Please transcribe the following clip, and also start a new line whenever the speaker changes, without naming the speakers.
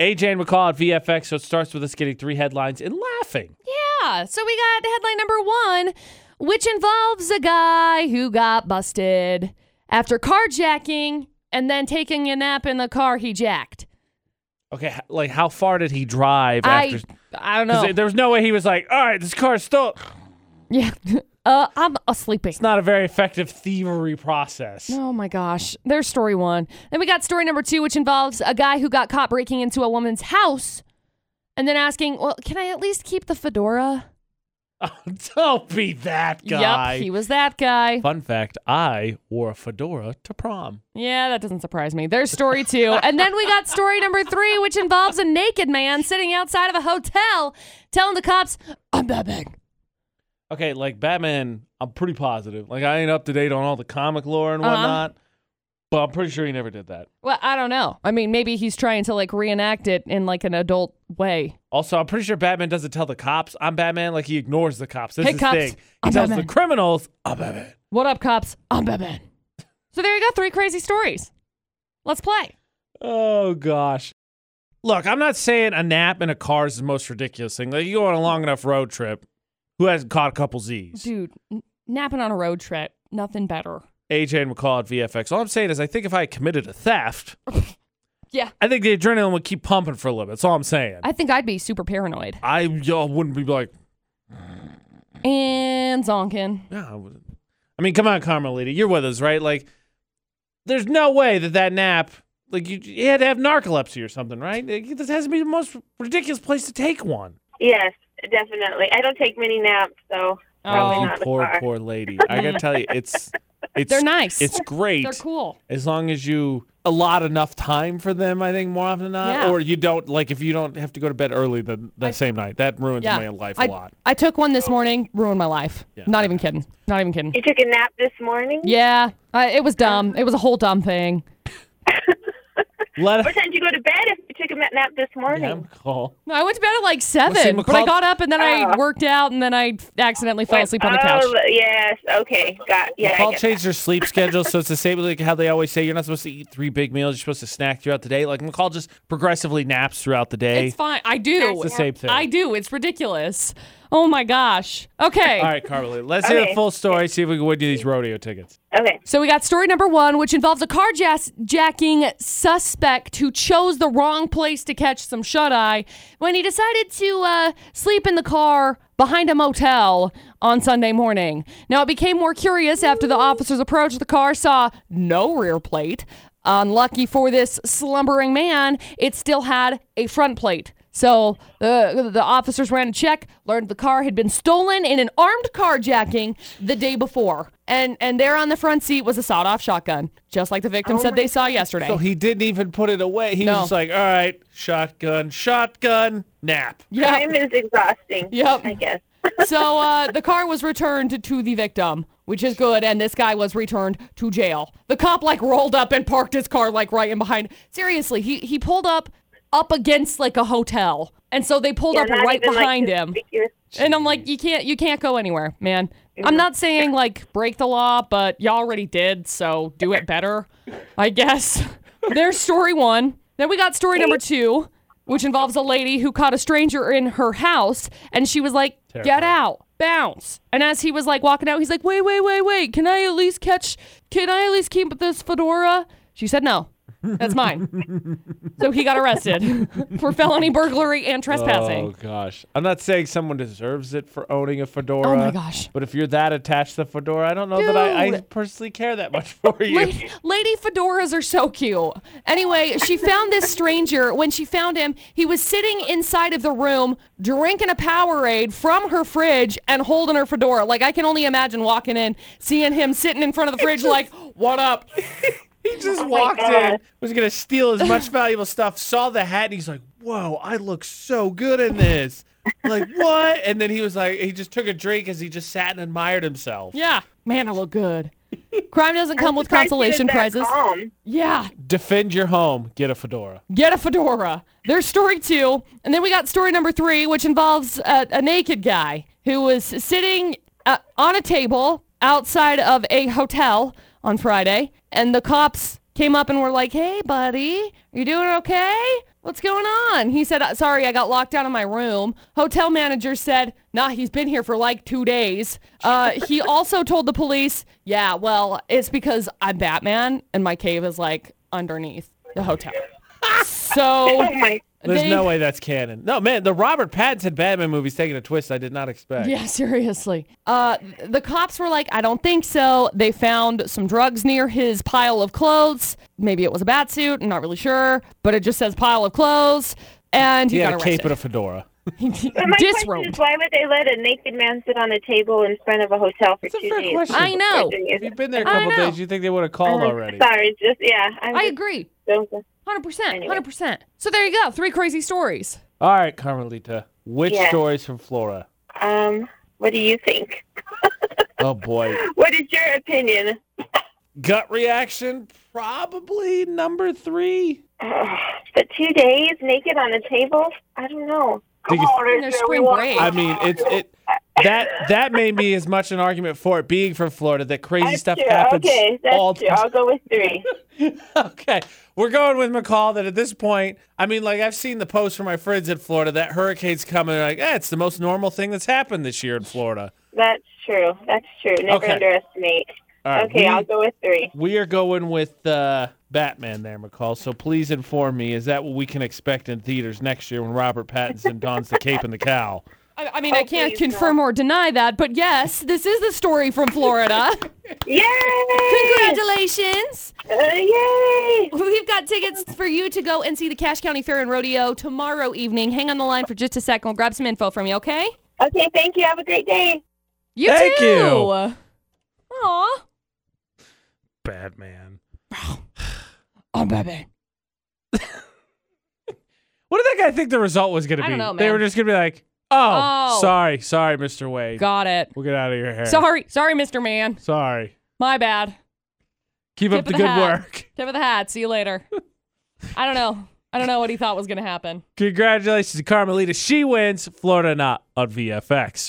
AJ and McCall at VFX. So it starts with us getting three headlines and laughing.
Yeah. So we got headline number one, which involves a guy who got busted after carjacking and then taking a nap in the car he jacked.
Okay, h- like how far did he drive
I,
after?
I don't
'cause
know.
There was no way he was like, all right, this car's still.
yeah. Uh, I'm uh, sleeping.
It's not a very effective thievery process.
Oh my gosh. There's story one. Then we got story number two, which involves a guy who got caught breaking into a woman's house and then asking, well, can I at least keep the fedora?
Don't be that guy.
Yep, he was that guy.
Fun fact I wore a fedora to prom.
Yeah, that doesn't surprise me. There's story two. and then we got story number three, which involves a naked man sitting outside of a hotel telling the cops, I'm Batman.
Okay, like Batman, I'm pretty positive. Like I ain't up to date on all the comic lore and
Uh-huh.
whatnot, but I'm pretty sure he never did that.
Well, I don't know. I mean, maybe he's trying to like reenact it in like an adult way.
Also, I'm pretty sure Batman doesn't tell the cops I'm Batman. Like he ignores the cops. This
Hey,
is his
cops,
thing. He
I'm
tells
Batman.
the criminals I'm Batman.
What up, cops? I'm Batman. So there you go, three crazy stories. Let's play.
Oh gosh. Look, I'm not saying a nap in a car is the most ridiculous thing. Like you go on a long enough road trip, who hasn't caught a couple Z's?
Dude, n- napping on a road trip, nothing better.
AJ and McCall at VFX. All I'm saying is I think if I had committed a theft,
Yeah.
I think the adrenaline would keep pumping for a little bit. That's all I'm saying.
I think I'd be super paranoid.
I y'all wouldn't be like,
And zonkin.
yeah. I, wouldn't." I mean, come on, Carmelita, you're with us, right? Like, there's no way that that nap, like, you, you had to have narcolepsy or something, right? Like, this has to be the most ridiculous place to take one.
Yes, definitely. I don't take many naps, so probably
Oh.
you
not in the
poor,
car.
poor lady. I gotta tell you, it's, it's,
They're nice.
It's great.
They're cool.
as long as you allot enough time for them, I think more often than not,
Yeah.
or you don't like if you don't have to go to bed early the, the same night. That ruins
Yeah.
my life a
I,
lot.
I took one this morning, ruined my life.
Yeah.
Not even kidding. Not even kidding.
You took a nap this morning?
Yeah, I, it was dumb. It was a whole dumb thing.
Let
What time did you go to bed if you took a ma- nap this morning?
him call.
No, I went to bed at like seven,
see,
but I
McCall-
got up and then I
Oh.
Ah.
worked out and then I accidentally fell asleep on the couch.
oh, yes. Okay. Got yeah. I
Paul
get
changed their sleep schedule, so it's the same like how they always say you're not supposed to eat three big meals. You're supposed to snack throughout the day. Like McCall just progressively naps throughout the day.
It's fine. I do.
It's the same thing.
I do. It's ridiculous. Oh my gosh. Okay.
All right, Carly, let's hear the
Okay.
full story. See if we can win you these rodeo tickets.
that. Okay.
So we got story number one, which involves a carjacking suspect who chose the wrong place to catch some shut eye when he decided to uh, sleep in the car behind a motel on Sunday morning. Now it became more curious after the officers approached the car, saw no rear plate. Unlucky for this slumbering man, it still had a front plate. So uh, the officers ran a check, learned the car had been stolen in an armed carjacking the day before, and and there on the front seat was a sawed-off shotgun, just like the victim
Oh
said they saw yesterday.
So he didn't even put it away. He was
No.
just like, all right, shotgun, shotgun, nap.
yeah.
Time is exhausting.
Yep.
I guess.
so uh, the car was returned to the victim, which is good, and this guy was returned to jail. The cop like rolled up and parked his car like right in behind. Seriously, he he pulled up up against like a hotel, and so they pulled
Yeah,
up
not
right
even, like,
behind him.
conspicuous.
And I'm like, you can't, you can't go anywhere, man. I'm not saying like break the law, but y'all already did, so do it better, I guess. There's story one. Then we got story number two, which involves a lady who caught a stranger in her house, and she was like, "Get
Terrifying.
out, bounce!" And as he was like walking out, he's like, "Wait, wait, wait, wait! Can I at least catch? Can I at least keep this fedora?" She said, "No, that's mine." so he got arrested for felony burglary and trespassing.
Oh gosh, I'm not saying someone deserves it for owning a fedora.
Oh, my gosh.
But if you're that attached to the fedora, I don't know that I, I
Dude.
personally care that much for you.
Lady, lady fedoras are so cute. Anyway, she found this stranger. When she found him, he was sitting inside of the room drinking a Powerade from her fridge and holding her fedora. Like, I can only imagine walking in, seeing him sitting in front of the fridge, like, what up? Oh
He just walked
God.
in, was gonna steal as much valuable stuff, saw the hat, and he's like, "Whoa, I look so good in this." like what? And then he was like, he just took a drink as he just sat and admired himself.
Yeah. Man, I look good. Crime doesn't come with
Surprised you
consolation
did that
prizes.
calm.
Yeah.
Defend your home. Get a fedora.
Get a fedora. There's story two. And then we got story number three, which involves a, a naked guy who was sitting uh, on a table outside of a hotel on Friday. And the cops came up and were like, hey, buddy, you doing okay? What's going on? He said, "Uh, Sorry, I got locked out of my room. Hotel manager said, Nah, he's been here for like two days. Uh, he also told the police, Yeah, well, it's because I'm Batman and my cave is like underneath the hotel. So
Oh my.
There's
they-
no way that's canon. No, man, the Robert Pattinson Batman movie's taking a twist I did not expect.
Yeah, seriously. Uh, the cops were like, I don't think so. They found some drugs near his pile of clothes. Maybe it was a bat suit. I'm not really sure, but it just says pile of clothes. And he
He had
got
a cape and a
arrested.
fedora.
He
But my question
Disrobed.
is, why would they let a naked man sit on a table in front of a hotel for
It's a
two
fair
days?
question.
I know.
If you've been there a
I
couple
know.
days, you think they would have called already.
Sorry, just yeah. I'm
I
just-
agree.
don't-
100%.
Anyway.
100%. So there you go. Three crazy stories.
All right, Carmelita. Which
Yeah.
stories from Flora?
Um, what do you think?
Oh boy.
What is your opinion?
Gut reaction probably number 3.
Ugh, the two days naked on a table? I don't know.
Think it's-
And there's spring break.
I mean, it's it that that may be as much an argument for it being from Florida that crazy
That's
stuff
true.
happens
Okay, that's
all the
true. I'll go with three.
okay. We're going with McCall that at this point, I mean, like I've seen the posts from my friends in Florida that hurricanes coming. They're like, eh, it's the most normal thing that's happened this year in Florida.
That's true. That's true. Never
Okay.
underestimate.
All right.
okay,
we,
I'll go with three.
we are going with uh, Batman there, McCall. So please inform me, is that what we can expect in theaters next year when Robert Pattinson dons the cape and the cowl?
I, I mean, I
Oh,
can't
please,
confirm or deny that, but yes, this is the story from Florida.
Yay!
Congratulations.
Uh, yay!
We've got tickets for you to go and see the Cash County Fair and Rodeo tomorrow evening. Hang on the line for just a second. We'll grab some info from you, okay?
Okay, thank you. Have a great day.
You
Thank
too.
you.
Aw.
Batman.
Oh, baby.
What did that guy think the result was going to
I
be?
don't know,
They
man.
were just going to be like, oh,
Oh.
sorry, sorry, Mr. Wade.
Got it.
We'll get out of your hair.
Sorry. Sorry, Mr. Man.
Sorry.
My bad.
Keep up
Tip of
the,
the
good
hat.
work.
Tip of the hat. See you later. I don't know. I don't know what he thought was going to happen.
Congratulations to Carmelita. She wins Florida Not on VFX.